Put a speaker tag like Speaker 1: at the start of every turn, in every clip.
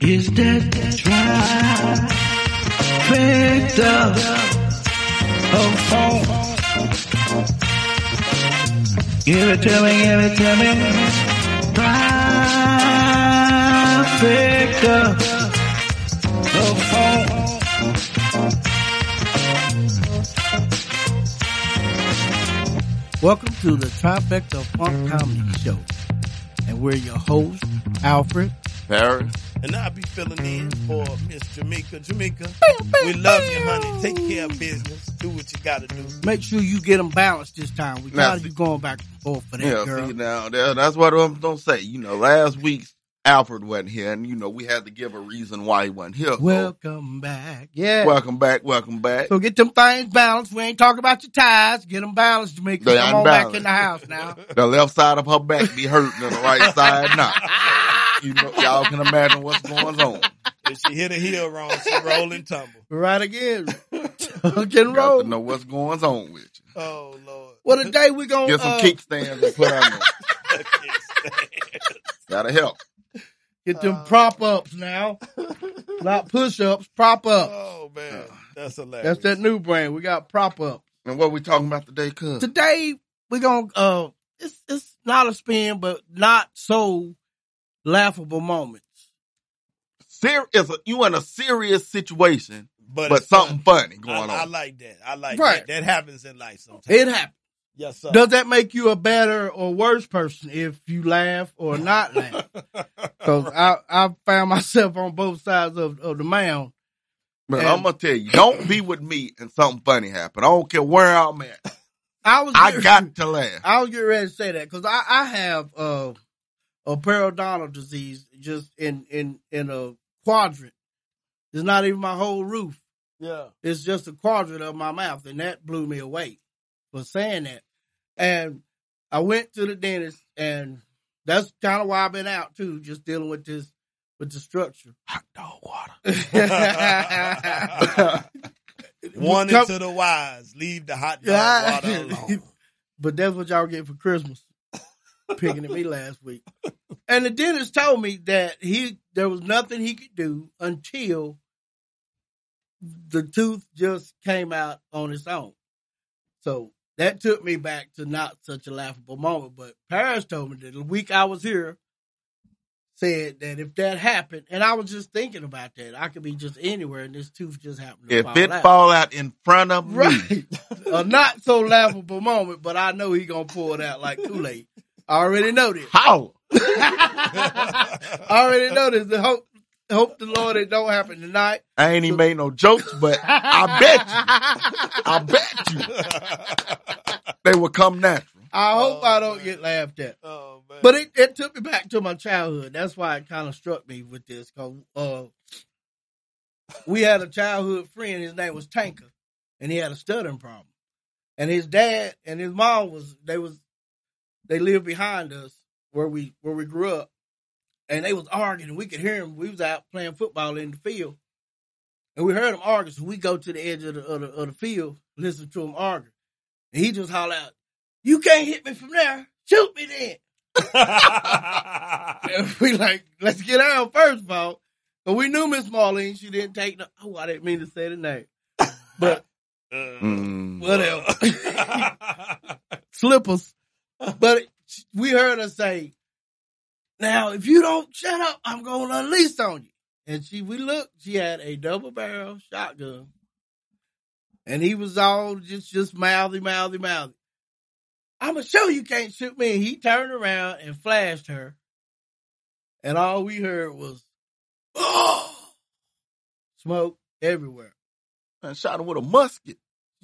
Speaker 1: Is that trifecta of hope? Give it to me, give it to me. Trifecta of hope. Welcome to the Trifecta of Funk Comedy Show. And we're your hosts, Alfred.
Speaker 2: Paris.
Speaker 3: And I'll be filling in for Miss Jamaica. Jamaica, we love you, honey. Take care of business. Do what you gotta do.
Speaker 1: Make sure you get them balanced this time. We
Speaker 2: Now,
Speaker 1: got you going back and forth for that,
Speaker 2: Yeah,
Speaker 1: girl.
Speaker 2: see now that- that's what I'm gonna say. You know, last week Alfred wasn't here, and you know we had to give a reason why he wasn't here. So,
Speaker 1: Welcome back. Yeah.
Speaker 2: welcome back, welcome back.
Speaker 1: so get them things balanced. We ain't talking about your ties. Get them balanced, Jamaica.
Speaker 2: They
Speaker 1: Come on back
Speaker 2: unbalanced.
Speaker 1: in the house now.
Speaker 2: The left side of her back be hurting, and the right side not. You know, y'all can imagine what's going on.
Speaker 3: If she hit a heel wrong, she roll and tumble.
Speaker 1: right again. Hook and
Speaker 2: Got
Speaker 1: roll.
Speaker 2: to know what's going on with you.
Speaker 3: Oh Lord.
Speaker 1: Well, today we're going
Speaker 2: Get
Speaker 1: to
Speaker 2: some
Speaker 3: uh,
Speaker 2: kickstands and put on them. Gotta help.
Speaker 1: get them prop ups now. Not push ups, prop ups.
Speaker 3: oh man,
Speaker 2: Uh,
Speaker 3: that's hilarious.
Speaker 1: That's that new brand. We got prop up.
Speaker 2: And what we talking about today, cuz?
Speaker 1: today we're gonna uh it's it's not a spin but not so laughable moments
Speaker 2: Ser- it's a, you in a serious situation,
Speaker 3: But,
Speaker 2: but
Speaker 3: it's fun.
Speaker 2: something funny going
Speaker 3: I,
Speaker 2: on.
Speaker 3: I like that. I like
Speaker 1: Right.
Speaker 3: that. That happens in life sometimes.
Speaker 1: it happens
Speaker 3: yes, sir.
Speaker 1: does that make you a better or worse person if you laugh or not laugh because i i found myself on both sides of, of the mound
Speaker 2: But
Speaker 1: And-
Speaker 2: I'm gonna tell you, don't be with me and something funny happen. I don't care where I'm at.
Speaker 1: i was
Speaker 2: I got to laugh.
Speaker 1: i was getting ready to say that because i i have uh a periodontal disease just in in in a quadrant it's not even my whole roof
Speaker 3: yeah.
Speaker 1: It's just a quadrant of my mouth, and that blew me away for saying that. And I went to the dentist, and that's kind of why I've been out too, just dealing with this with the structure.
Speaker 2: Hot dog water.
Speaker 1: but
Speaker 3: Warning
Speaker 1: Come-
Speaker 3: to the wise: leave the hot
Speaker 1: Yeah.
Speaker 3: dog water alone.
Speaker 1: that's what y'all get for Christmas. Picking at me last week, and the dentist told me that he there was nothing he could do until the tooth just came out on its own. So that took me back to not such a laughable moment. But Paris told me that the week I was here said that if that happened, and I was just thinking about that, I could be just anywhere and this tooth just happened to
Speaker 2: If
Speaker 1: fall
Speaker 2: it
Speaker 1: out.
Speaker 2: fall out in front of me,
Speaker 1: Right. a not so laughable moment, but I know he gonna pull it out like Kool-Aid. I already know this.
Speaker 2: how?
Speaker 1: I already know this. The hope hope the Lord it don't happen tonight.
Speaker 2: I ain't even made no jokes, but I bet you, I bet you, they will come natural.
Speaker 1: I hope I don't
Speaker 3: man.
Speaker 1: get laughed at.
Speaker 3: oh man.
Speaker 1: But it, it took me back to my childhood. That's why it kind of struck me with this. Cause uh, we had a childhood friend. His name was Tanker, and he had a stuttering problem. And his dad and his mom was they was they lived behind us where we where we grew up, and they was arguing. and We could hear him. We was out playing football in the field, and we heard him argue. So we go to the edge of the of the, of the field, listen to him argue, and he just holler out, "You can't hit me from there. Shoot me then." And we like, let's get out first of all. But we knew Miss Marlene, she didn't take no oh, I didn't mean to say the name. But
Speaker 2: Mm.
Speaker 1: whatever. Slippers. But we heard her say, Now if you don't shut up, I'm gonna unleash on you. And she we looked, she had a double barrel shotgun. And he was all just just mouthy, mouthy, mouthy. I'ma show you can't shoot me. And he turned around and flashed her. And all we heard was oh! smoke everywhere.
Speaker 2: I shot him with a musket.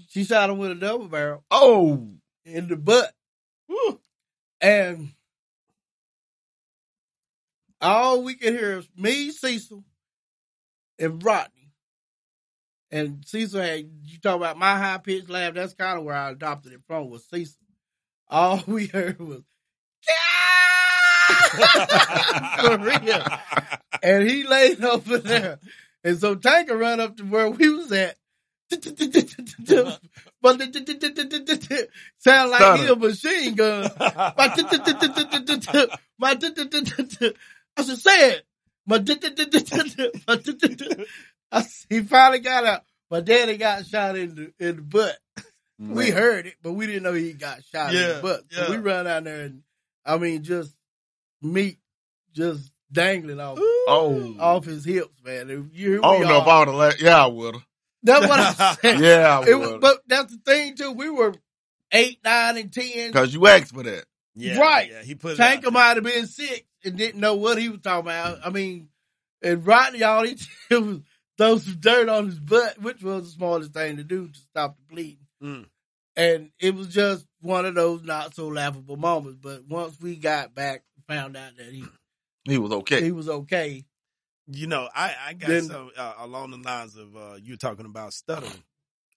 Speaker 1: She shot him with a double barrel
Speaker 2: Oh,
Speaker 1: in the butt. And all we could hear is me, Cecil, and Rodney. And Cecil had you talk about my high pitched laugh, that's kind of where I adopted it from was Cecil. All we heard was for real. And he laid over
Speaker 3: Uh-huh.
Speaker 1: there. And so Tanker run up to where we was at. But the sound like he a machine gun. My I said, say it. But d- d- d- d- d- d- but d- d- d- I- he finally got out. My daddy got shot in the in the butt. We
Speaker 2: Man.
Speaker 1: heard it, but we didn't know he got shot in
Speaker 3: Yeah,
Speaker 1: the butt. So
Speaker 3: yeah.
Speaker 1: we run out there and I mean just meat just dangling off
Speaker 2: Oh.
Speaker 1: off his hips, man. And you- here
Speaker 2: I
Speaker 1: we
Speaker 2: don't know if
Speaker 1: are.
Speaker 2: I would have let. Yeah, I would have.
Speaker 1: That's what I'm saying.
Speaker 2: Yeah, I
Speaker 1: It was,
Speaker 2: would.
Speaker 1: but that's the thing too. We were eight, nine, and ten.
Speaker 2: Because you asked for that.
Speaker 3: Yeah,
Speaker 1: Right.
Speaker 3: Yeah, he put it out
Speaker 1: Tanker
Speaker 3: there.
Speaker 1: might have been sick and didn't know what he was talking about. I mean, and Rodney, y'all, he was throw some dirt on his butt, which was the smartest thing to do to stop the bleeding.
Speaker 3: Mm.
Speaker 1: And it was just one of those not so laughable moments. But once we got back, found out that he
Speaker 2: He was okay.
Speaker 1: he was okay.
Speaker 3: You know, I, I got
Speaker 1: Then-
Speaker 3: some uh, along the lines of uh, you talking about stuttering.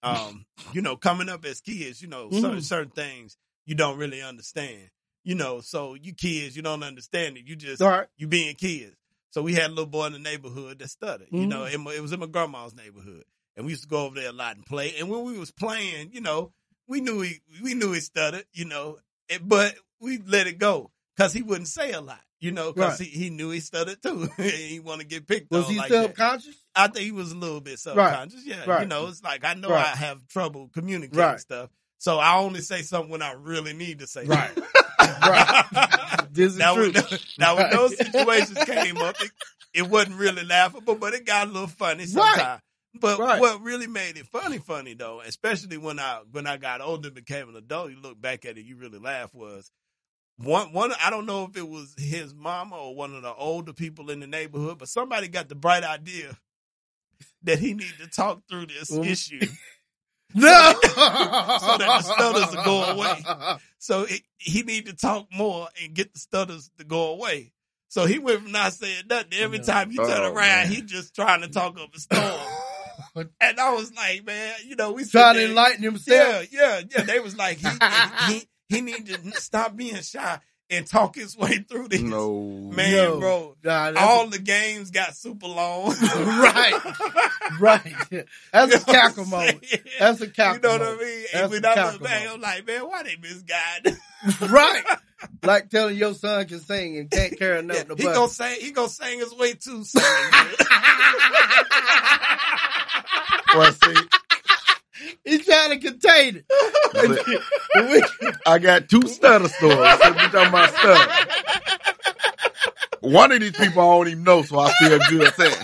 Speaker 3: Um, you know, coming up as kids, you know, certain,
Speaker 1: Mhm.
Speaker 3: certain things you don't really understand. You know, so you kids, you don't understand it. You just
Speaker 1: All right.
Speaker 3: you being kids. So we had a little boy in the neighborhood that stuttered. You
Speaker 1: Mhm.
Speaker 3: know, it, it was in my grandma's neighborhood, and we used to go over there a lot and play. And when we was playing, you know, we knew he we knew he stuttered. You know, and- but we let it go because he wouldn't say a lot. You know, because he, he knew he stuttered too. he want to get picked
Speaker 1: Was
Speaker 3: on
Speaker 1: he
Speaker 3: like
Speaker 1: still
Speaker 3: that.
Speaker 1: conscious?
Speaker 3: I think he was a little bit subconscious. Yeah, you
Speaker 1: Right.
Speaker 3: know, it's like I know
Speaker 1: Right.
Speaker 3: I have trouble communicating
Speaker 1: Right.
Speaker 3: stuff, so I only say something when I really need to say.
Speaker 1: Right.
Speaker 3: something.
Speaker 1: Right. This is
Speaker 3: Now,
Speaker 1: true.
Speaker 3: when, now when those situations came up, it, it wasn't really laughable, but it got a little funny sometimes. But
Speaker 1: Right.
Speaker 3: what really made it funny, funny though, especially when I when I got older and became an adult, you look back at it, you really laugh. Was one one I don't know if it was his mama or one of the older people in the neighborhood, but somebody got the bright idea that he needed to talk through this
Speaker 1: Mm.
Speaker 3: issue.
Speaker 1: No.
Speaker 3: So that the stutters will go away. So it, he need to talk more and get the stutters to go away. So he went from not saying nothing. to Every
Speaker 1: Yeah.
Speaker 3: time you turn
Speaker 2: Oh,
Speaker 3: around,
Speaker 2: man.
Speaker 3: he just trying to talk up a storm. and I was like, man, you know, we sit
Speaker 1: Trying to
Speaker 3: there-
Speaker 1: enlighten himself.
Speaker 3: Yeah, yeah, yeah. They was like, he he he need to stop being shy and talk his way through this.
Speaker 2: No.
Speaker 3: Man,
Speaker 1: Yo.
Speaker 3: bro,
Speaker 1: Nah, that's-
Speaker 3: all the games got super long.
Speaker 1: Right. right. That's a cackle
Speaker 3: You know what I'm
Speaker 1: moment.
Speaker 3: saying?
Speaker 1: That's a cackle.
Speaker 3: You know what I
Speaker 1: moment.
Speaker 3: mean?
Speaker 1: That's
Speaker 3: and when
Speaker 1: a
Speaker 3: I look
Speaker 1: cackle
Speaker 3: back,
Speaker 1: moment.
Speaker 3: I'm like, man, why they misguided?
Speaker 1: Right. Like telling your son can sing and can't carry a note in the
Speaker 3: he
Speaker 1: bus.
Speaker 3: gonna sing. He gonna sing his way too soon.
Speaker 2: Well, see,
Speaker 1: He's trying to contain it. We-
Speaker 2: I got two stutter stories. So you talking about stutter. One of these people I don't even know, so I feel good saying.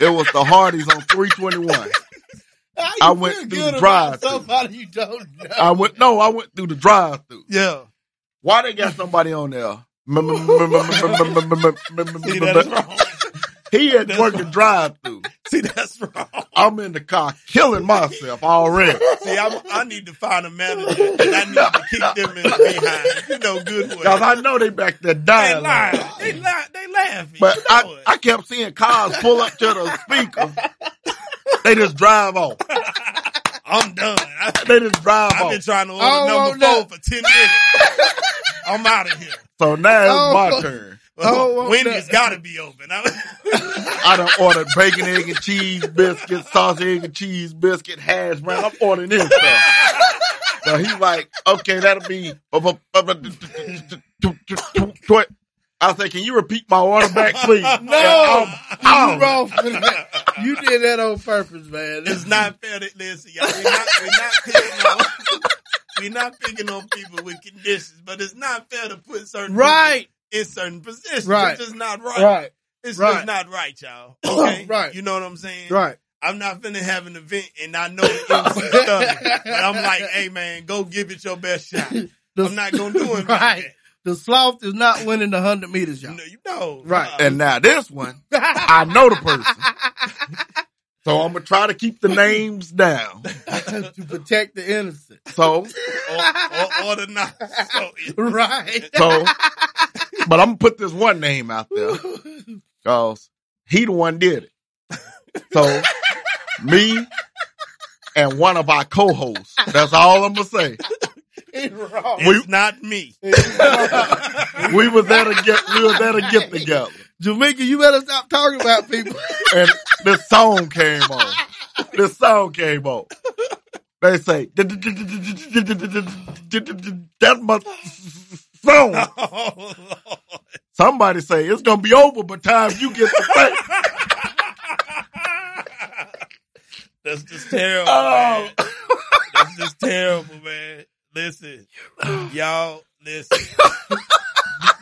Speaker 2: It was the Hardys on 321.
Speaker 1: how you
Speaker 2: I went
Speaker 1: feel
Speaker 2: through
Speaker 1: good
Speaker 2: the
Speaker 1: about
Speaker 2: drive-thru. Uh,
Speaker 1: Somebody you don't know.
Speaker 2: I went, no, I went through the drive through.
Speaker 3: yeah,
Speaker 2: Why they got somebody on there? See,
Speaker 3: see that's wrong.
Speaker 2: He had
Speaker 3: That's
Speaker 2: working
Speaker 3: wrong.
Speaker 2: drive through.
Speaker 3: See that's wrong.
Speaker 2: I'm in the car killing myself already.
Speaker 3: See, I'm, I need to find a manager, and I need to keep them in behind. You know, good way.
Speaker 2: Cause I know they back there
Speaker 3: They
Speaker 2: dying.
Speaker 3: lying. They lying. They laughing.
Speaker 2: But
Speaker 3: You know
Speaker 2: I,
Speaker 3: it.
Speaker 2: I kept seeing cars pull up to the speaker. They just drive off.
Speaker 3: I'm done. I,
Speaker 2: They just drive
Speaker 3: I've been
Speaker 2: off.
Speaker 3: trying to
Speaker 1: I
Speaker 3: order
Speaker 1: don't
Speaker 3: number
Speaker 1: want that.
Speaker 3: four for ten minutes. I'm out of here.
Speaker 2: So now it's my
Speaker 1: Oh.
Speaker 2: turn.
Speaker 1: don't want
Speaker 3: Wendy's
Speaker 1: that.
Speaker 3: got to be open.
Speaker 2: I done ordered bacon, egg, and cheese biscuit, sausage, egg, and cheese biscuit, hash brown. I'm ordering this stuff. So he's like, okay, that'll be. I said, can you repeat my order back, please?
Speaker 1: No.
Speaker 2: I'm
Speaker 1: you wrong for that. You did that on purpose, man.
Speaker 3: It's not fair to listen, y'all. We're not, we're not picking on we're not picking on people with conditions, but it's not fair to put certain
Speaker 1: right.
Speaker 3: people in certain positions.
Speaker 1: Right.
Speaker 3: It's just not right.
Speaker 1: Right.
Speaker 3: It's
Speaker 1: Right.
Speaker 3: just not right, y'all. Okay?
Speaker 1: Right.
Speaker 3: You know what I'm saying?
Speaker 1: Right.
Speaker 3: I'm not finna have an event and I know the MC stuff. But I'm like, hey man, go give it your best shot.
Speaker 1: The-
Speaker 3: I'm not gonna do it
Speaker 1: Right.
Speaker 3: like
Speaker 1: The sloth is not winning the 100 meters,
Speaker 3: that.
Speaker 1: y'all.
Speaker 3: No, you know.
Speaker 1: Right.
Speaker 3: Uh,
Speaker 2: And now this one, I know the person. So I'm gonna try to keep the names down.
Speaker 1: to protect the innocent.
Speaker 2: So,
Speaker 3: or, or, or the not. So,
Speaker 1: Right.
Speaker 2: so, but I'm gonna put this one name out there because he the one did it. So me and one of our co-hosts. That's all I'm gonna say.
Speaker 1: He's wrong.
Speaker 2: We-
Speaker 3: it's not me.
Speaker 2: We was there to get. We was there to get together,
Speaker 1: Jamaica, you better stop talking about people.
Speaker 2: and this song came on. This song came on. They say that's my song.
Speaker 3: Oh, Lord.
Speaker 2: Somebody say it's gonna be over by the time you get the thing.
Speaker 3: That's just terrible.
Speaker 2: Oh.
Speaker 3: Man. That's just terrible, man. Listen, y'all, listen.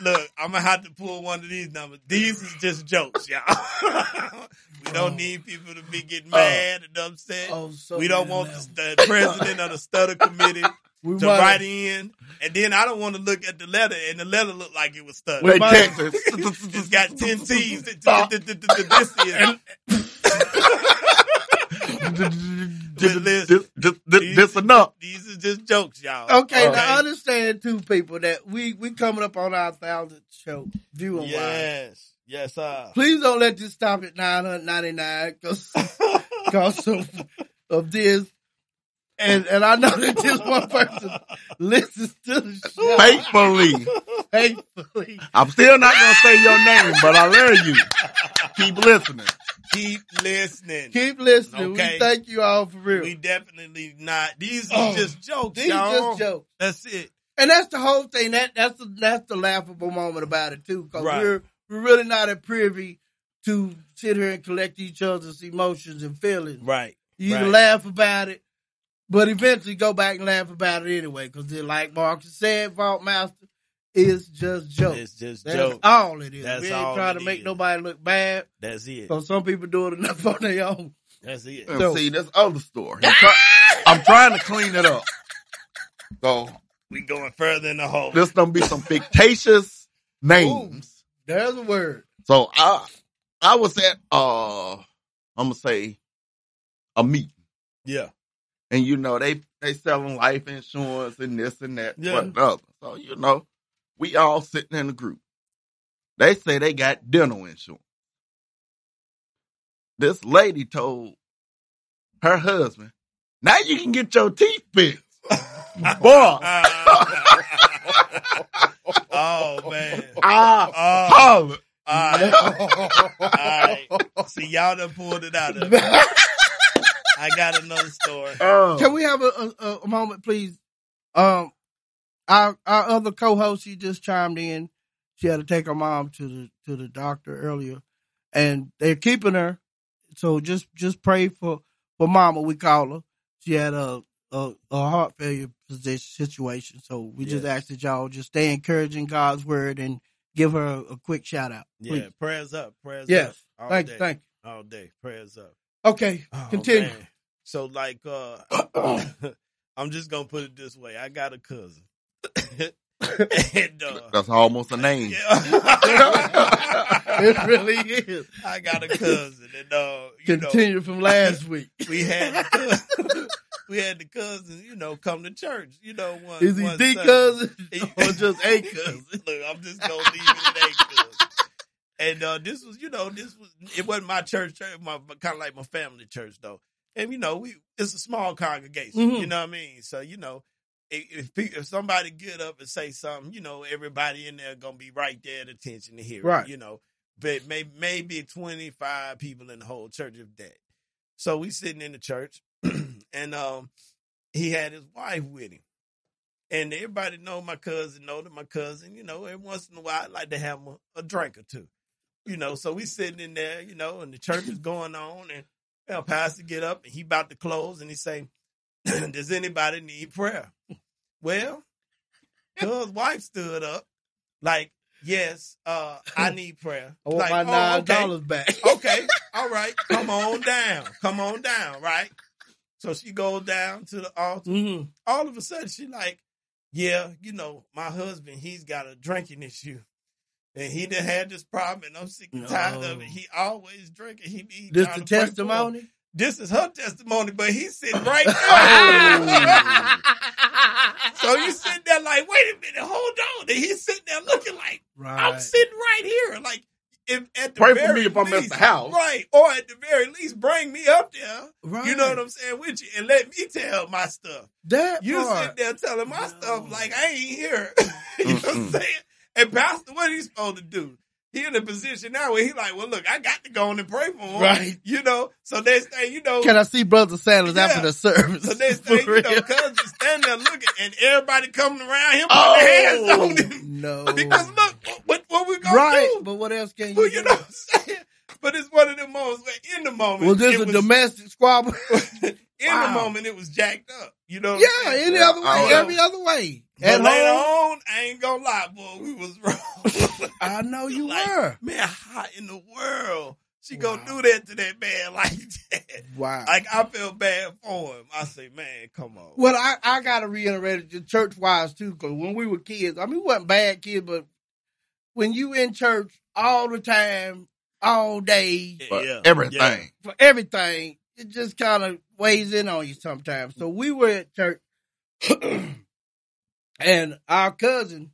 Speaker 3: Look, I'm gonna have to pull one of these numbers. These is just jokes, y'all. we
Speaker 1: Oh.
Speaker 3: don't need people to be getting mad and upset.
Speaker 1: Oh, so
Speaker 3: we don't
Speaker 1: many
Speaker 3: want
Speaker 1: levels.
Speaker 3: the, the president of the stutter committee
Speaker 1: we
Speaker 3: to
Speaker 1: might-
Speaker 3: write in, and then I don't want to look at the letter, and the letter look like it was stutter.
Speaker 2: Wait,
Speaker 1: Mine-
Speaker 2: Texas.
Speaker 3: It's got ten T's. This
Speaker 2: Uh.
Speaker 3: is
Speaker 2: this,
Speaker 3: listen.
Speaker 2: this, this, this enough.
Speaker 3: these are just jokes, y'all.
Speaker 1: Okay, now
Speaker 3: Okay.
Speaker 1: understand too, people, that we we coming up on our thousandth show viewing wise.
Speaker 3: Yes, yes, uh. sir.
Speaker 1: Please don't let this stop at nine hundred ninety nine because of of this. And and I know that this one person listens to the show
Speaker 2: Faithfully.
Speaker 1: faithfully.
Speaker 2: I'm still not gonna say your name, but I love you. Keep listening.
Speaker 3: Keep listening.
Speaker 1: Keep listening.
Speaker 3: Okay.
Speaker 1: We thank you all for real.
Speaker 3: We definitely not. These are
Speaker 1: Oh.
Speaker 3: just jokes,
Speaker 1: These
Speaker 3: y'all.
Speaker 1: just jokes.
Speaker 3: That's it.
Speaker 1: And that's the whole thing. That that's the that's the laughable moment about it too. Cause
Speaker 3: Right.
Speaker 1: we're we're really not a privy to sit here and collect each other's emotions and feelings.
Speaker 3: Right.
Speaker 1: You
Speaker 3: Right.
Speaker 1: laugh about it, but eventually go back and laugh about it anyway. Cause then like Marcus said, Vault Master is just jokes.
Speaker 3: It's just
Speaker 1: that's
Speaker 3: jokes.
Speaker 1: all it is.
Speaker 3: That's
Speaker 1: we ain't
Speaker 3: all
Speaker 1: trying to
Speaker 3: it
Speaker 1: make
Speaker 3: is.
Speaker 1: nobody look bad.
Speaker 3: That's it.
Speaker 1: Cause some people do it enough on their own.
Speaker 3: That's it.
Speaker 2: And
Speaker 1: So-
Speaker 2: see, that's other story. I'm, try- I'm trying to clean it up. So
Speaker 3: We going further in the hole.
Speaker 2: this gonna be some fictitious names.
Speaker 1: There's a word.
Speaker 2: So I I was at uh I'm gonna say a meeting.
Speaker 3: yeah.
Speaker 2: And you know, they they selling life insurance and this and that,
Speaker 3: Yeah.
Speaker 2: yeah. and other. So, you know, we all sitting in a group. They say they got dental insurance. This lady told her husband, now you can get your teeth fixed. Boy,
Speaker 3: oh man.
Speaker 2: I
Speaker 3: Oh,
Speaker 2: hollered.
Speaker 3: all right. Alright. See, y'all done pulled it out of me. I got another story.
Speaker 2: Oh.
Speaker 1: Can we have a, a, a moment, please? Um, our our other co-host, she just chimed in. She had to take her mom to the to the doctor earlier, and they're keeping her. So just just pray for for mama. We call her. She had a a, a heart failure position, situation. So we just
Speaker 3: Yes.
Speaker 1: ask that y'all just stay encouraging God's word and give her a, a quick shout out.
Speaker 3: Yeah,
Speaker 1: Please.
Speaker 3: prayers up. Prayers
Speaker 1: Yes.
Speaker 3: up. All
Speaker 1: Thank
Speaker 3: day.
Speaker 1: you. Thank
Speaker 3: All day. Prayers up.
Speaker 1: you. Okay.
Speaker 3: Oh,
Speaker 1: Continue.
Speaker 3: man. So like uh I'm just gonna put it this way. I got a cousin. and uh
Speaker 2: That's almost a name.
Speaker 3: yeah.
Speaker 1: It really is.
Speaker 3: I got a cousin and uh you know
Speaker 1: Continue from last week.
Speaker 3: we had the cousin, we had the cousins, you know, come to church, you know, one
Speaker 1: Is he
Speaker 3: one
Speaker 1: the
Speaker 3: Sunday.
Speaker 1: cousin or
Speaker 3: It-
Speaker 1: just a cousin?
Speaker 3: Look, I'm just gonna leave it at a cousin. And uh, this was, you know, this was it wasn't my church, church my kind of like my family church though. And you know, we it's a small congregation,
Speaker 1: Mhm.
Speaker 3: you know what I mean. So you know, if if, pe- if somebody get up and say something, you know, everybody in there gonna be right there at attention to hear
Speaker 1: Right.
Speaker 3: it, you know. But may, maybe twenty five people in the whole church if that. So we sitting in the church, and um, he had his wife with him, and everybody know my cousin, know that my cousin, you know, every once in a while I like to have a, a drink or two, you know. So we sitting in there, you know, and the church is going on, and well, pastor get up and he about to close, and he say, "Does anybody need prayer?" Well, cuz wife stood up, like, "Yes, uh, I need prayer."
Speaker 1: I want
Speaker 3: like,
Speaker 1: my
Speaker 3: "Oh,
Speaker 1: nine
Speaker 3: okay."
Speaker 1: dollars back.
Speaker 3: okay, all right, come on down, come on down, right? So she goes down to the altar.
Speaker 1: Mhm.
Speaker 3: All of a sudden, she like, yeah, you know, my husband, he's got a drinking issue, and he done had this problem, and I'm sick and tired of
Speaker 1: No.
Speaker 3: it. He always drinking. He be
Speaker 1: This
Speaker 3: trying
Speaker 1: the
Speaker 3: to pray for him.
Speaker 1: testimony.
Speaker 3: This is her testimony, but he's sitting right there.
Speaker 2: Oh.
Speaker 3: so you sitting there like, wait a minute, hold on, and he's sitting there looking like. I'm
Speaker 1: Right.
Speaker 3: sitting right here. Like, if, at the
Speaker 2: Pray
Speaker 3: very
Speaker 2: for me if I'm at
Speaker 3: least,
Speaker 2: the house.
Speaker 3: right? Or at the very least, bring me up there.
Speaker 1: Right.
Speaker 3: You know what I'm saying with you, and let me tell my stuff.
Speaker 1: That
Speaker 3: You
Speaker 1: part.
Speaker 3: sit there telling my
Speaker 1: No.
Speaker 3: stuff like I ain't here. you know what I'm
Speaker 2: Mm-mm.
Speaker 3: saying? And pastor, what he supposed to do? He in a position now where he like, well, look, I got to go on and pray for him.
Speaker 1: Right.
Speaker 3: You know. So next thing you know,
Speaker 1: Can I see Brother Sanders
Speaker 3: Yeah.
Speaker 1: after the service?
Speaker 3: so next thing
Speaker 1: For
Speaker 3: you know,
Speaker 1: real.
Speaker 3: cuz just standing there looking, and everybody coming around him, putting their hands
Speaker 1: oh
Speaker 3: on him.
Speaker 1: no!
Speaker 3: Because look, what, what we're gonna
Speaker 1: right.
Speaker 3: do.
Speaker 1: But what else can you?
Speaker 3: Well, you
Speaker 1: do?
Speaker 3: know what I'm saying? But it's one of them moments where in the moment
Speaker 1: was this
Speaker 3: it
Speaker 1: a domestic squabble?
Speaker 3: in
Speaker 1: Wow.
Speaker 3: the moment it was jacked up. You know what
Speaker 1: yeah,
Speaker 3: I'm saying?
Speaker 1: any other way,
Speaker 2: I don't know.
Speaker 1: every other way.
Speaker 3: uh, But
Speaker 1: At
Speaker 3: later
Speaker 1: home,
Speaker 3: on, I ain't gonna lie, boy, we was wrong.
Speaker 1: I know you
Speaker 3: Like,
Speaker 1: were.
Speaker 3: Man, how in the world she
Speaker 1: Wow.
Speaker 3: gonna do that to that man like that?
Speaker 1: Wow.
Speaker 3: Like I felt bad for him. I say, man, come on.
Speaker 1: well, I, I gotta reiterate it, the church wise too, because when we were kids, I mean, we wasn't bad kids, but when you in church all the time, all day,
Speaker 3: Yeah,
Speaker 2: But
Speaker 3: yeah.
Speaker 2: everything.
Speaker 1: for everything, it just kind of weighs in on you sometimes. So we were at church, and our cousin,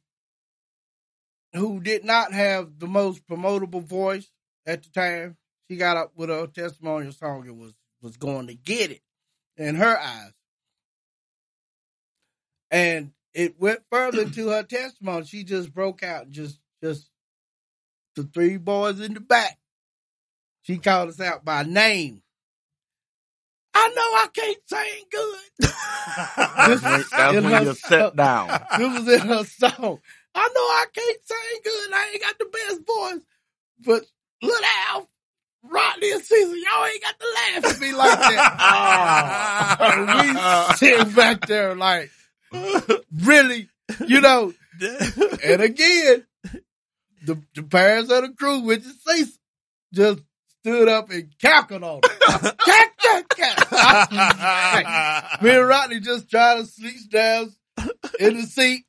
Speaker 1: who did not have the most promotable voice at the time, she got up with a testimonial song and was was going to get it in her eyes, and it went further to her testimony. She just broke out, and just just the three boys in the back. She called us out by name. I know I can't sing good.
Speaker 2: That's when, that's
Speaker 1: In
Speaker 2: when
Speaker 1: her
Speaker 2: you set down.
Speaker 1: This was in her song. I know I can't sing good. I ain't got the best voice. But look out, Rodney and Caesar, y'all ain't got to laugh at me like that. and we sitting back there like, really? You know, and again, the, the parents of the crew, which is Cecil, just stood up and cackled on it. Cack, cack, cack. I- Me and Rodney just trying to sneak down in the seat,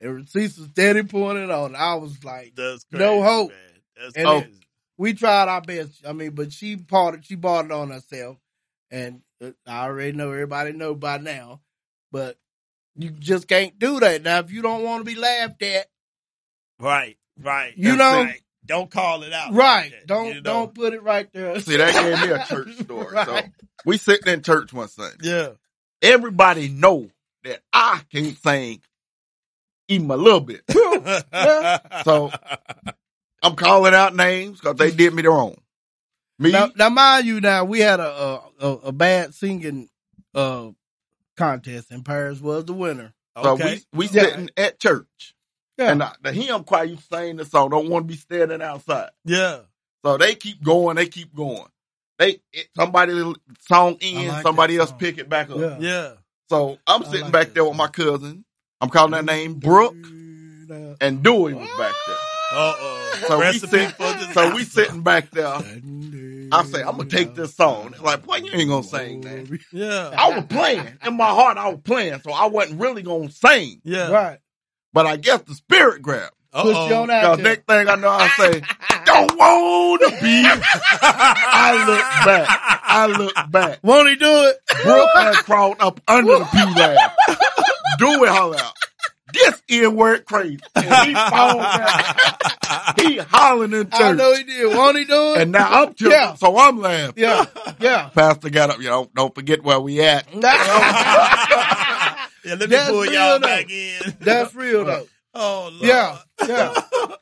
Speaker 1: and Cecil steady pointing on. I was like,
Speaker 3: That's crazy,
Speaker 1: No hope.
Speaker 3: Man. That's
Speaker 1: And
Speaker 3: crazy.
Speaker 1: we tried our best. I mean, but she bought it. She bought it on herself, and uh, I already know everybody know by now. But you just can't do that now. If you don't want to be laughed at,
Speaker 3: right, right.
Speaker 1: You
Speaker 3: That's
Speaker 1: know-
Speaker 3: right. don't call it out. like
Speaker 1: right?
Speaker 3: that,
Speaker 1: Don't
Speaker 3: you know?
Speaker 1: don't put it right there.
Speaker 2: See, that gave me a church story. So
Speaker 1: Right.
Speaker 2: we sitting in church one Sunday.
Speaker 3: Yeah,
Speaker 2: Everybody know that I can't sing even a little bit. So- I'm calling out names because they did me wrong. Me,
Speaker 1: Now, now, mind you, now we had a a, a, a bad singing uh, contest, and Paris was the winner.
Speaker 2: so
Speaker 3: okay.
Speaker 2: we we
Speaker 1: Yeah.
Speaker 2: sitting at church,
Speaker 1: Yeah.
Speaker 2: and I, the hymn choir you sing the song. Don't want to be standing outside.
Speaker 3: yeah,
Speaker 2: So they keep going, they keep going. They it, somebody song ends,
Speaker 1: like
Speaker 2: somebody
Speaker 1: that
Speaker 2: else
Speaker 1: song.
Speaker 2: pick it back up.
Speaker 1: Yeah.
Speaker 3: yeah.
Speaker 2: So I'm
Speaker 1: I
Speaker 2: sitting
Speaker 1: like
Speaker 2: back
Speaker 1: that
Speaker 2: there with
Speaker 1: song.
Speaker 2: my cousin. I'm calling her name Brooke, and Dewey was back there.
Speaker 3: Uh oh.
Speaker 2: So we
Speaker 3: Recipe
Speaker 2: sit,
Speaker 3: for disaster.
Speaker 2: so we sitting back there. I say I'm gonna take this song. It's like, boy, you ain't gonna sing that.
Speaker 1: that.
Speaker 3: Yeah,
Speaker 2: I was playing in my heart. I was playing, so I wasn't really gonna sing.
Speaker 3: yeah.
Speaker 1: Right.
Speaker 2: But I guess the spirit grabbed.
Speaker 1: Push you
Speaker 3: Uh-oh.
Speaker 1: on out
Speaker 2: Cause
Speaker 1: there.
Speaker 2: next thing I know, I say, "Don't wanna be." I look back. I look back.
Speaker 1: Won't he do it?
Speaker 2: Brooke had crawled up under the pew there. Do it, holler out. This ear word crazy. And he falls back. He hollering in
Speaker 1: I know
Speaker 2: church.
Speaker 1: he did. Won't he do it?
Speaker 2: And now I'm tripping,
Speaker 1: Yeah.
Speaker 2: so I'm laughing.
Speaker 1: yeah, yeah.
Speaker 2: Pastor got up. You know, don't forget where we at.
Speaker 3: yeah, let me
Speaker 1: That's
Speaker 3: pull
Speaker 1: real
Speaker 3: y'all
Speaker 1: though.
Speaker 3: back in.
Speaker 1: That's real though.
Speaker 3: oh, Lord.
Speaker 1: Yeah, yeah.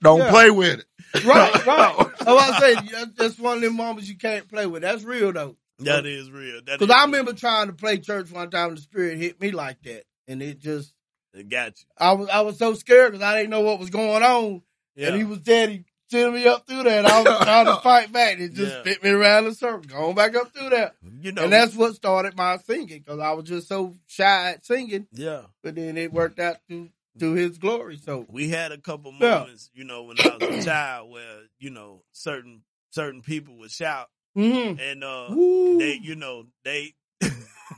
Speaker 2: Don't
Speaker 1: Yeah.
Speaker 2: play with it.
Speaker 1: Right, right. Oh, I say that's- that's one of them moments you can't play with. That's real though.
Speaker 3: That is real. That
Speaker 1: Because
Speaker 3: is
Speaker 1: I
Speaker 3: real.
Speaker 1: remember trying to play church one time, and the spirit hit me like that, and it just
Speaker 3: It got you.
Speaker 1: I was I was so scared because I didn't know what was going on,
Speaker 3: Yeah.
Speaker 1: and he was there. He sent me up through there, and I was trying to fight back. And it just
Speaker 3: Yeah.
Speaker 1: spit me around in a circle, going back up through there,
Speaker 3: you know.
Speaker 1: and that's what started my singing because I was just so shy at singing.
Speaker 3: yeah.
Speaker 1: But then it worked out to to His glory. So
Speaker 3: We had a couple
Speaker 1: Yeah.
Speaker 3: moments, you know, when I was a child where, you know, certain certain people would shout
Speaker 1: mm,
Speaker 3: and uh
Speaker 1: Woo.
Speaker 3: they you know, they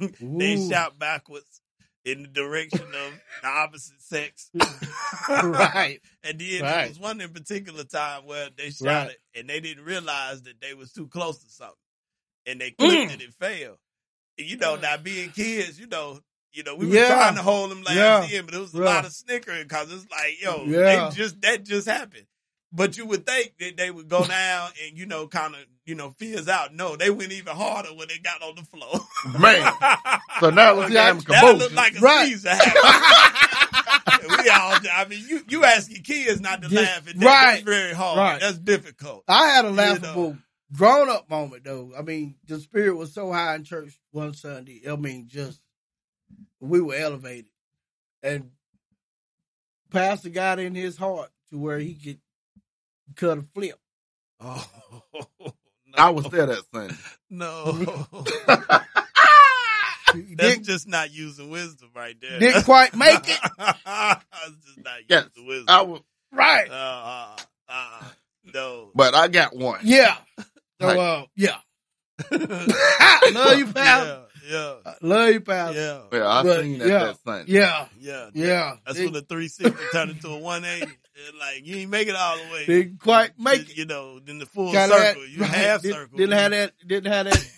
Speaker 3: they
Speaker 1: Ooh.
Speaker 3: shout backwards in the direction of the opposite sex.
Speaker 1: right,
Speaker 3: And then
Speaker 1: Right.
Speaker 3: there was one in particular time where they shouted
Speaker 1: Right.
Speaker 3: and they didn't realize that they was too close to something. And they clicked
Speaker 1: Mm.
Speaker 3: and it failed. And, you know, now being kids, you know, you know, we were
Speaker 1: Yeah.
Speaker 3: trying to hold them last in, but it was a
Speaker 1: Yeah.
Speaker 3: lot of snickering because it's like, yo,
Speaker 1: Yeah.
Speaker 3: they just that just happened. But you would think that they would go down and you know, kind of you know, fears out. No, they went even harder when they got on the floor.
Speaker 2: Man. So now look
Speaker 1: See, I-
Speaker 2: at him
Speaker 3: That looked
Speaker 2: composed.
Speaker 3: like a
Speaker 1: Right.
Speaker 3: Caesar. happened. we all, I mean, you, you asking kids not to
Speaker 1: Just-
Speaker 3: laugh at that.
Speaker 1: right.
Speaker 3: That's very hard.
Speaker 1: Right.
Speaker 3: That's difficult.
Speaker 1: I had a
Speaker 3: know.
Speaker 1: laughable grown up moment though. I mean, the spirit was so high in church one Sunday. I mean, just we were elevated, and pastor got in his heart to where he could cut a flip.
Speaker 3: Oh, no.
Speaker 2: I was there that Sunday.
Speaker 3: No.
Speaker 1: He
Speaker 3: That's
Speaker 1: didn't,
Speaker 3: just not using wisdom right there.
Speaker 1: didn't quite make it.
Speaker 3: That's just not using
Speaker 2: Yes,
Speaker 3: wisdom.
Speaker 2: I was,
Speaker 1: Right.
Speaker 3: uh, uh, uh, no.
Speaker 2: but I got one.
Speaker 1: Yeah. So,
Speaker 2: Right.
Speaker 1: uh, yeah.
Speaker 3: yeah,
Speaker 1: Love you, pal.
Speaker 3: yeah,
Speaker 1: Love you, pal. Yeah.
Speaker 3: yeah,
Speaker 2: Yeah, I
Speaker 1: But,
Speaker 2: seen that
Speaker 1: yeah.
Speaker 2: that Sunday.
Speaker 1: Yeah.
Speaker 3: yeah.
Speaker 1: Yeah.
Speaker 3: That's
Speaker 1: Didn't-
Speaker 3: when the 360 turned into a 180. And, Like, you ain't make it all the way.
Speaker 1: didn't quite make it.
Speaker 3: You know, in the full
Speaker 1: Kinda
Speaker 3: circle.
Speaker 1: had-
Speaker 3: you
Speaker 1: right.
Speaker 3: half
Speaker 1: Didn't-
Speaker 3: circle.
Speaker 1: Didn't have that. Didn't have that.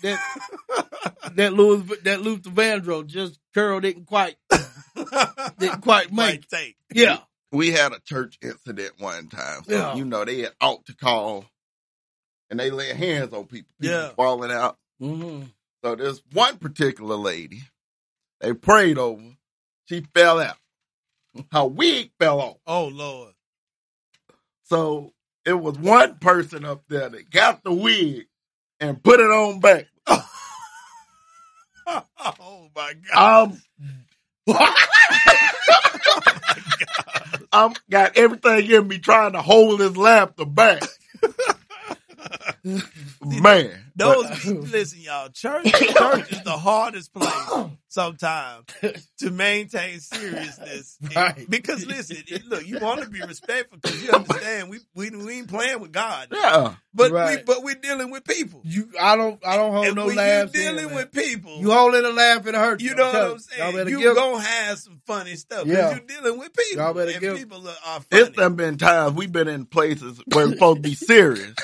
Speaker 1: That that Louis that Luther Vandross just curl didn't quite didn't quite make.
Speaker 3: Like,
Speaker 1: it.
Speaker 3: take.
Speaker 1: Yeah.
Speaker 2: we had a church incident one time. So,
Speaker 1: Yeah.
Speaker 2: you know, they had out to call and they laid hands on people. people
Speaker 3: Yeah.
Speaker 2: Falling out.
Speaker 1: Mm-hmm.
Speaker 2: So there's one particular lady they prayed over. She fell out. Her wig fell off.
Speaker 3: Oh, Lord.
Speaker 2: So it was one person up there that got the wig and put it on back.
Speaker 3: oh, my
Speaker 1: Uh,
Speaker 3: God.
Speaker 2: Um, I'm got everything in me trying to hold his laughter back. Man,
Speaker 3: Those
Speaker 2: but-
Speaker 1: uh,
Speaker 3: listen, y'all. Church, church is the hardest place sometimes to maintain seriousness.
Speaker 1: Right.
Speaker 3: Because listen, it- look, you want to be respectful because you understand we, we we ain't playing with God,
Speaker 2: yeah,
Speaker 3: but we
Speaker 1: Right.
Speaker 3: but we're dealing with people.
Speaker 1: You, I don't, I don't hold
Speaker 3: and
Speaker 1: no
Speaker 3: when
Speaker 1: laughs.
Speaker 3: you
Speaker 1: in,
Speaker 3: dealing
Speaker 1: man.
Speaker 3: with people,
Speaker 1: you holding a laugh, it hurt.
Speaker 3: you know what
Speaker 1: telling
Speaker 3: I'm
Speaker 1: Y'all
Speaker 3: saying.
Speaker 1: better
Speaker 3: You
Speaker 1: give.
Speaker 3: gonna have some funny stuff because
Speaker 1: Yeah.
Speaker 3: you're dealing with people.
Speaker 1: Y'all better
Speaker 3: and
Speaker 1: give-
Speaker 3: people are, are funny.
Speaker 2: it's done been times we've been in places where we're supposed to be serious.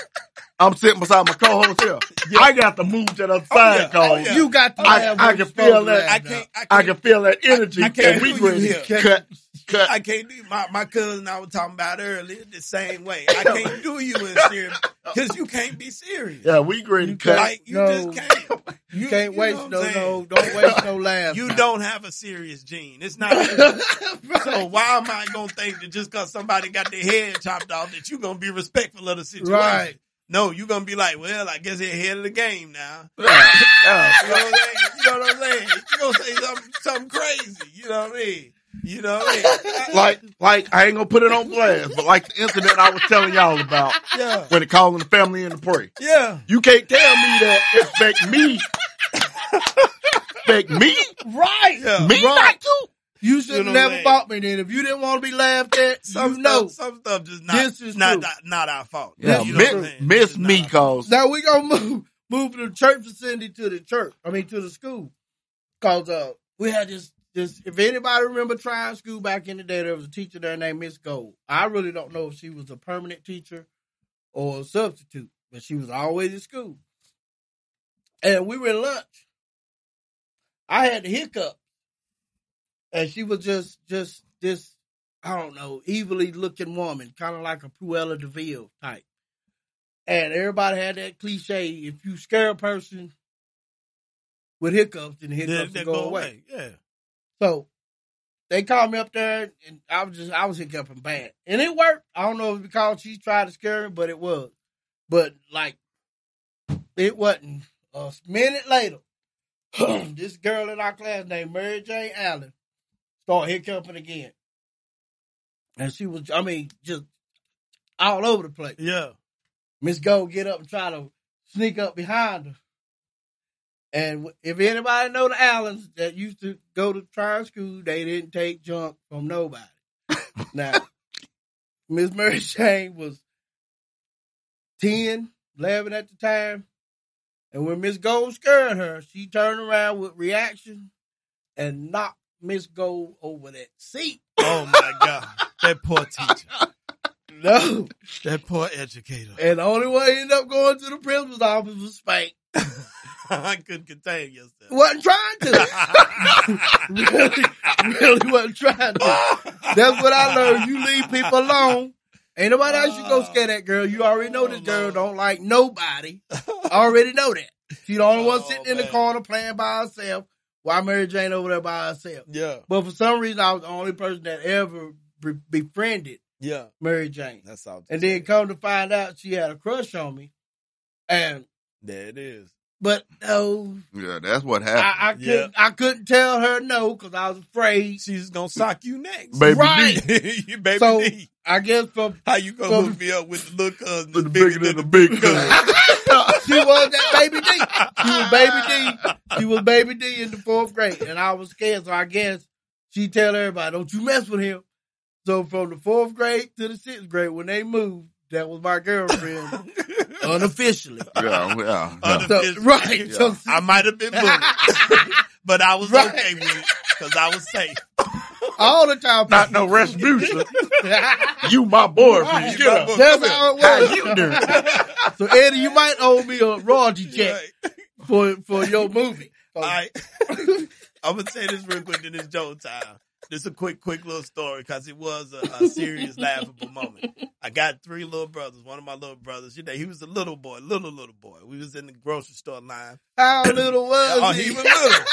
Speaker 2: I'm sitting beside my co-host here. I got to move to the
Speaker 3: yeah.
Speaker 2: side,
Speaker 3: Oh,
Speaker 2: cause
Speaker 3: yeah.
Speaker 1: You got to
Speaker 2: I-
Speaker 1: laugh.
Speaker 2: I
Speaker 1: when
Speaker 2: can
Speaker 1: you supposed
Speaker 2: feel
Speaker 1: to
Speaker 2: that.
Speaker 1: laugh
Speaker 3: I
Speaker 1: now.
Speaker 3: can't. I
Speaker 2: I
Speaker 3: can't.
Speaker 2: can feel that energy,
Speaker 3: I can't
Speaker 2: and we
Speaker 3: do you
Speaker 2: ready
Speaker 3: here.
Speaker 2: to cut, cut.
Speaker 3: I can't do my my cousin I was talking about earlier the same way. I can't do you in serious because you can't be serious.
Speaker 2: yeah, we ready to
Speaker 1: You
Speaker 2: cut.
Speaker 3: Like you
Speaker 1: No.
Speaker 3: just can't.
Speaker 1: You can't
Speaker 3: you know
Speaker 1: waste
Speaker 3: what
Speaker 1: no,
Speaker 3: I'm
Speaker 1: no,
Speaker 3: saying?
Speaker 1: don't waste no laugh.
Speaker 3: You
Speaker 1: now.
Speaker 3: don't have a serious gene. It's not. so why am I gonna think that just because somebody got their head chopped off that you gonna be respectful of the situation?
Speaker 1: Right.
Speaker 3: No, you gonna be like, well, I guess they're ahead of the game now.
Speaker 2: Yeah, yeah.
Speaker 3: You know what I'm saying? You know what I'm saying? You gonna say something, something crazy. You know what I mean? You know what I mean?
Speaker 2: like, like I ain't gonna put it on blast, but like the incident I was telling y'all about
Speaker 3: yeah,
Speaker 2: when it calling the family in to pray.
Speaker 3: yeah.
Speaker 2: You can't tell me that expect me, expect me,
Speaker 1: Right.
Speaker 3: Yeah.
Speaker 2: me not to.
Speaker 1: You should
Speaker 3: know
Speaker 1: have
Speaker 3: what I'm
Speaker 1: never
Speaker 3: saying?
Speaker 1: bought me then. If you didn't want to be laughed at,
Speaker 3: Some
Speaker 1: you know.
Speaker 3: stuff, some stuff just not
Speaker 1: This is
Speaker 3: not,
Speaker 1: true.
Speaker 3: not not our fault.
Speaker 2: Yeah,
Speaker 1: You know
Speaker 2: miss,
Speaker 3: what I'm saying? It's
Speaker 2: miss
Speaker 3: just not
Speaker 2: me,
Speaker 3: our fault.
Speaker 2: cause
Speaker 1: Now we gonna move move from the church vicinity to the church. I mean to the school. Cause uh we had this this if anybody remember trying school back in the day, there was a teacher there named Miss Gold. I really don't know if she was a permanent teacher or a substitute, but she was always at school. And we were at lunch. I had the hiccup. And she was just just this, I don't know, evilly looking woman, kind of like a Cruella DeVille type. And everybody had that cliche: if you scare a person with hiccups, then the
Speaker 3: They-
Speaker 1: hiccups
Speaker 3: they
Speaker 1: will go, away.
Speaker 3: Yeah.
Speaker 1: So they called me up there, and I was just I was hiccuping bad, and it worked. I don't know if it's because she tried to scare me, but it was. But like, it wasn't. A minute later, this girl in our class named Mary Jane Allen started hiccuping again, and she was I mean just all over the place.
Speaker 3: Yeah.
Speaker 1: Miss Gold get up and try to sneak up behind her. And if anybody know the Allens that used to go to trial school, they didn't take junk from nobody. now, Miss Mary Jane was 10, 11 at the time. And when Miss Gold scared her, she turned around with reaction and knocked Miss Gold over that seat.
Speaker 3: Oh my God. That poor teacher.
Speaker 1: No.
Speaker 3: That poor educator.
Speaker 1: And the only way he ended up going to the principal's office was spanked.
Speaker 3: I couldn't contain yourself.
Speaker 1: Wasn't trying to. really, really wasn't trying to. That's what I learned. You leave people alone. Ain't nobody else you go
Speaker 3: Ah.
Speaker 1: scare that girl. You already know
Speaker 3: Oh,
Speaker 1: this girl don't like nobody. I already know that. She the only one
Speaker 3: Oh,
Speaker 1: sitting in the
Speaker 3: man.
Speaker 1: corner playing by herself. Why Mary Jane over there by herself?
Speaker 3: Yeah.
Speaker 1: But for some reason, I was the only person that ever be- befriended
Speaker 3: Yeah.
Speaker 1: Mary Jane.
Speaker 3: That's all.
Speaker 1: And then come to find out she had a crush on me. And
Speaker 3: there it is.
Speaker 1: But no,
Speaker 2: Yeah, that's what happened.
Speaker 1: I, I
Speaker 3: Yeah.
Speaker 1: couldn't. I couldn't tell her no because I was afraid.
Speaker 3: She's gonna sock you next.
Speaker 2: Baby
Speaker 1: right.
Speaker 3: you baby
Speaker 1: So-
Speaker 3: D.
Speaker 1: I guess from
Speaker 3: How you gonna
Speaker 1: Some-
Speaker 3: hook me up with the little cousin
Speaker 2: The
Speaker 3: that's
Speaker 2: bigger than the big cousin.
Speaker 1: she was that baby D. She was baby D. She was baby D in the fourth grade, and I was scared. So I guess she tell everybody, "Don't you mess with him." So from the fourth grade to the sixth grade, when they moved, that was my girlfriend unofficially.
Speaker 2: yeah, yeah, yeah.
Speaker 3: Other-
Speaker 1: So,
Speaker 3: Unofficially,
Speaker 1: right.
Speaker 2: yeah.
Speaker 1: So
Speaker 3: I might have been bullied, but I was
Speaker 1: Right.
Speaker 3: okay with it because I was safe.
Speaker 1: all the time,
Speaker 2: Not no retribution.
Speaker 1: that's
Speaker 2: You my boyfriend.
Speaker 1: Right.
Speaker 2: Get up.
Speaker 1: how it
Speaker 2: How
Speaker 1: was.
Speaker 2: you doing?
Speaker 1: So Eddie, you might owe me a royalty check
Speaker 3: Right.
Speaker 1: for for your movie. So,
Speaker 3: All right. I'm gonna say this real quick. Then it's Joe time. Just a quick, quick little story because it was a, a serious, laughable moment. I got three little brothers. One of my little brothers, you know, he was a little boy, little little boy. We was in the grocery store line.
Speaker 1: How little was
Speaker 3: Oh,
Speaker 1: he?
Speaker 3: he was little.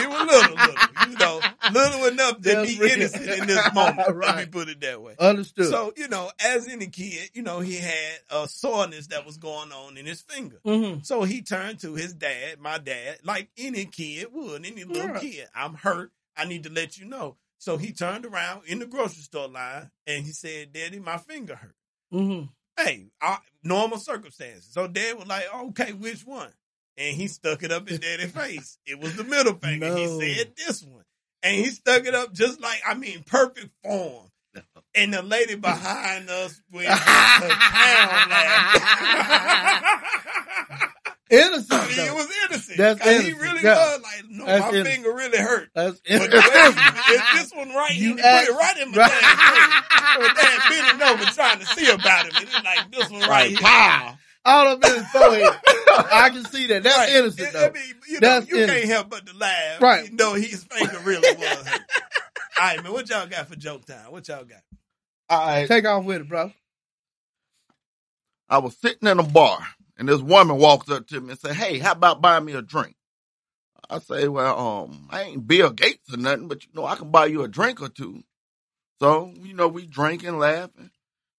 Speaker 3: He was little, little. You know, little enough to
Speaker 1: That's
Speaker 3: be
Speaker 1: real.
Speaker 3: innocent in this moment. Let me
Speaker 1: Right.
Speaker 3: put it that way.
Speaker 1: Understood.
Speaker 3: So, you know, as any kid, you know, he had a soreness that was going on in his finger.
Speaker 1: Mhm.
Speaker 3: So he turned to his dad, my dad, like any kid would, any little
Speaker 1: Yeah.
Speaker 3: kid. I'm hurt. I need to let you know. So he turned around in the grocery store line and he said, Daddy, my finger hurt.
Speaker 1: Mhm.
Speaker 3: Hey, I, normal circumstances. So dad was like, okay, which one? And he stuck it up in daddy's face. It was the middle finger.
Speaker 1: No.
Speaker 3: He said this one. And he stuck it up just like, I mean, perfect form. And the lady behind us went to town laughing.
Speaker 1: Innocent.
Speaker 3: it
Speaker 1: though.
Speaker 3: was innocent.
Speaker 1: That's
Speaker 3: 'Cause He
Speaker 1: innocent,
Speaker 3: really
Speaker 1: yeah.
Speaker 3: was like, no,
Speaker 1: That's
Speaker 3: my
Speaker 1: innocent.
Speaker 3: finger really hurt.
Speaker 1: That's
Speaker 3: But the way
Speaker 1: innocent.
Speaker 3: he- it's this one right
Speaker 1: You
Speaker 3: here. He put
Speaker 1: act-
Speaker 3: it right in my
Speaker 1: Right.
Speaker 3: damn face. So dad bending over trying to see about him. And he's like, this one right
Speaker 2: Like,
Speaker 3: here.
Speaker 2: pow.
Speaker 1: All of his forehead. I can see that. That's
Speaker 3: Right.
Speaker 1: innocent
Speaker 3: I
Speaker 1: though.
Speaker 3: mean, you know,
Speaker 1: That's
Speaker 3: you
Speaker 1: innocent.
Speaker 3: can't help but to laugh.
Speaker 1: Right.
Speaker 3: You know, his finger really was. hurt. All right, man, what y'all got for joke time? What y'all got?
Speaker 2: All right.
Speaker 1: Take off with it, bro.
Speaker 2: I was sitting in a bar and this woman walks up to me and said, Hey, how about buying me a drink? I say, Well, um, I ain't Bill Gates or nothing, but you know, I can buy you a drink or two. So, you know, we drinking, laughing.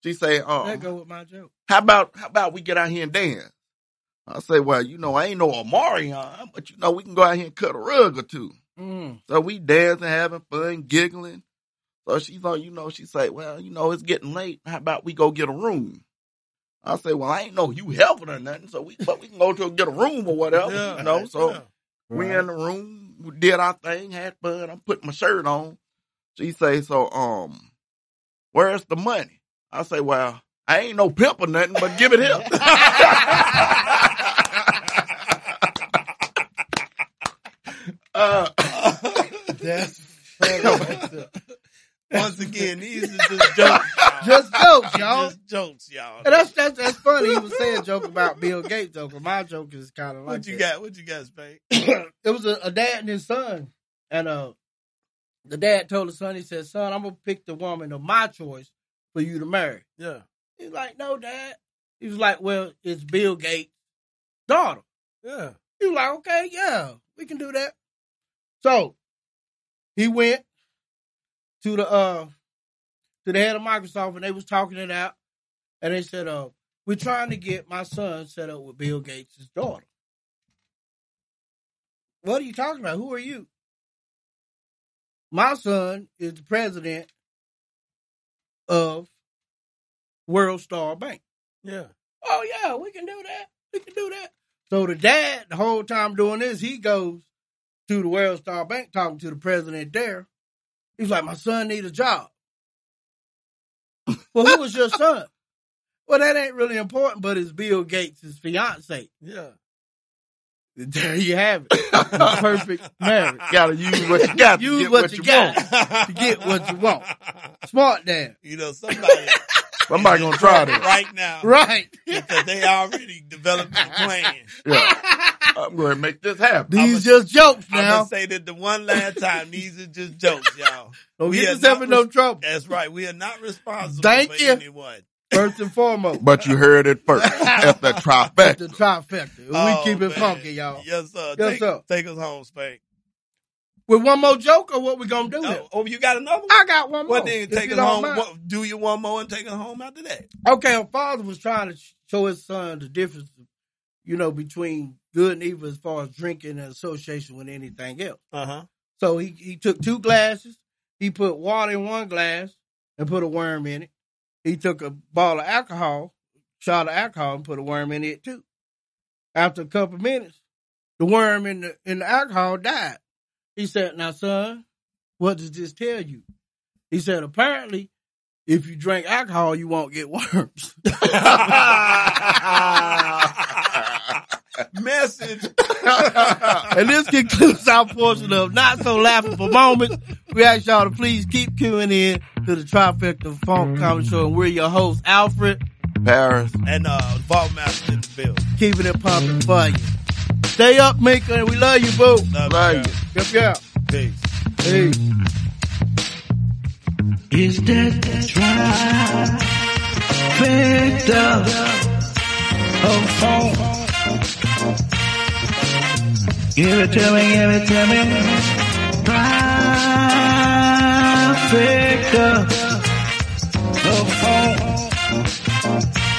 Speaker 2: She say,
Speaker 1: That
Speaker 2: um,
Speaker 1: go with my joke.
Speaker 2: how about how about we get out here and dance? I say, Well, you know, I ain't no Omarion, but you know, we can go out here and cut a rug or two.
Speaker 1: Mm.
Speaker 2: So we dancing, having fun, giggling. So she's on, you know, she say, well, you know, it's getting late. How about we go get a room? I say, well, I ain't know you helping or nothing. So we, but we can go to get a room or whatever, you know. So
Speaker 3: Yeah.
Speaker 2: we in the room, we did our thing, had fun. I'm putting my shirt on. She say, so, um, where's the money? I say, well, I ain't no pimp or nothing, but give it here. uh,
Speaker 1: That's funny.
Speaker 3: Once again, these are just jokes. y'all.
Speaker 1: just jokes,
Speaker 3: These
Speaker 1: y'all.
Speaker 3: just jokes, y'all.
Speaker 1: And that's that's that's funny. He was saying a joke about Bill Gates though, 'cause my joke is kind of like
Speaker 3: what you
Speaker 1: that.
Speaker 3: got? What you got, Spade?
Speaker 1: it was a, a dad and his son, and uh, the dad told the son, he said, "Son, I'm gonna pick the woman of my choice for you to marry."
Speaker 3: Yeah,
Speaker 1: He's like, "No, dad." He was like, "Well, it's Bill Gates' daughter."
Speaker 3: yeah.
Speaker 1: He was like, "Okay, yeah, we can do that." So he went to the uh to the head of Microsoft, and they was talking it out, and they said, "Uh, we're trying to get my son set up with Bill Gates' daughter." What are you talking about? Who are you? My son is the president of World Star Bank.
Speaker 3: Yeah.
Speaker 1: Oh yeah, we can do that. We can do that. So the dad, the whole time doing this, he goes to the World Star Bank talking to the president there. He's like, My son need a job. well, who was your son? Well, that ain't really important, but it's Bill Gates' fiance.
Speaker 3: Yeah.
Speaker 1: There you have it. Perfect marriage.
Speaker 2: gotta use what you got. to
Speaker 1: Use
Speaker 2: get
Speaker 1: what you got.
Speaker 2: want.
Speaker 3: to
Speaker 1: get what you want. Smart dad.
Speaker 3: You know, somebody
Speaker 2: Somebody gonna try that.
Speaker 3: right now
Speaker 1: Right.
Speaker 3: because they already developed a plan.
Speaker 2: Yeah. I'm going to make this happen.
Speaker 1: These just jokes
Speaker 3: I'm gonna
Speaker 1: now.
Speaker 3: say that the one last time, these are just jokes, y'all.
Speaker 1: Don't
Speaker 3: we
Speaker 1: get
Speaker 3: are
Speaker 1: yourself
Speaker 3: not
Speaker 1: in no
Speaker 3: res-
Speaker 1: trouble.
Speaker 3: That's right. We are not responsible
Speaker 1: Thank
Speaker 3: for
Speaker 1: you.
Speaker 3: anyone.
Speaker 1: First and foremost.
Speaker 2: But you heard it first at
Speaker 1: the
Speaker 2: the trifecta.
Speaker 1: trifecta.
Speaker 3: Oh,
Speaker 1: we keep it
Speaker 3: man.
Speaker 1: funky, y'all.
Speaker 3: Yes, sir.
Speaker 1: Yes,
Speaker 3: take,
Speaker 1: sir.
Speaker 3: take us home, Spank.
Speaker 1: With one more joke or what we gonna do here?
Speaker 3: Oh, oh, you got another one?
Speaker 1: I got one more.
Speaker 3: Well, then
Speaker 1: if
Speaker 3: take
Speaker 1: you
Speaker 3: us
Speaker 1: don't
Speaker 3: home.
Speaker 1: mind.
Speaker 3: What, do you one more and take us home after that?
Speaker 1: Okay, a father was trying to show his son the difference you know, between good and evil as far as drinking and association with anything else.
Speaker 3: Uh huh.
Speaker 1: So he, he took two glasses, he put water in one glass and put a worm in it. He took a bottle of alcohol, shot of alcohol and put a worm in it too. After a couple of minutes, the worm in the in the alcohol died. He said, Now son, what does this tell you? He said, Apparently, if you drink alcohol, you won't get worms.
Speaker 3: Message.
Speaker 1: And this concludes our portion of Not So Laughable Moments. We ask y'all to please keep queuing in to the Trifecta Funk Comedy Show. And we're your host, Alfred,
Speaker 2: Paris.
Speaker 3: and uh, ball master in the building.
Speaker 1: keeping it pumping for you. Stay up, Mika, and we love you, boo.
Speaker 3: Love,
Speaker 2: Love
Speaker 3: you.
Speaker 1: Yep, yeah.
Speaker 3: girl. Peace.
Speaker 1: Peace.
Speaker 4: Is that trifecta of funk? Give it to me, give it to me. Trifecta of funk.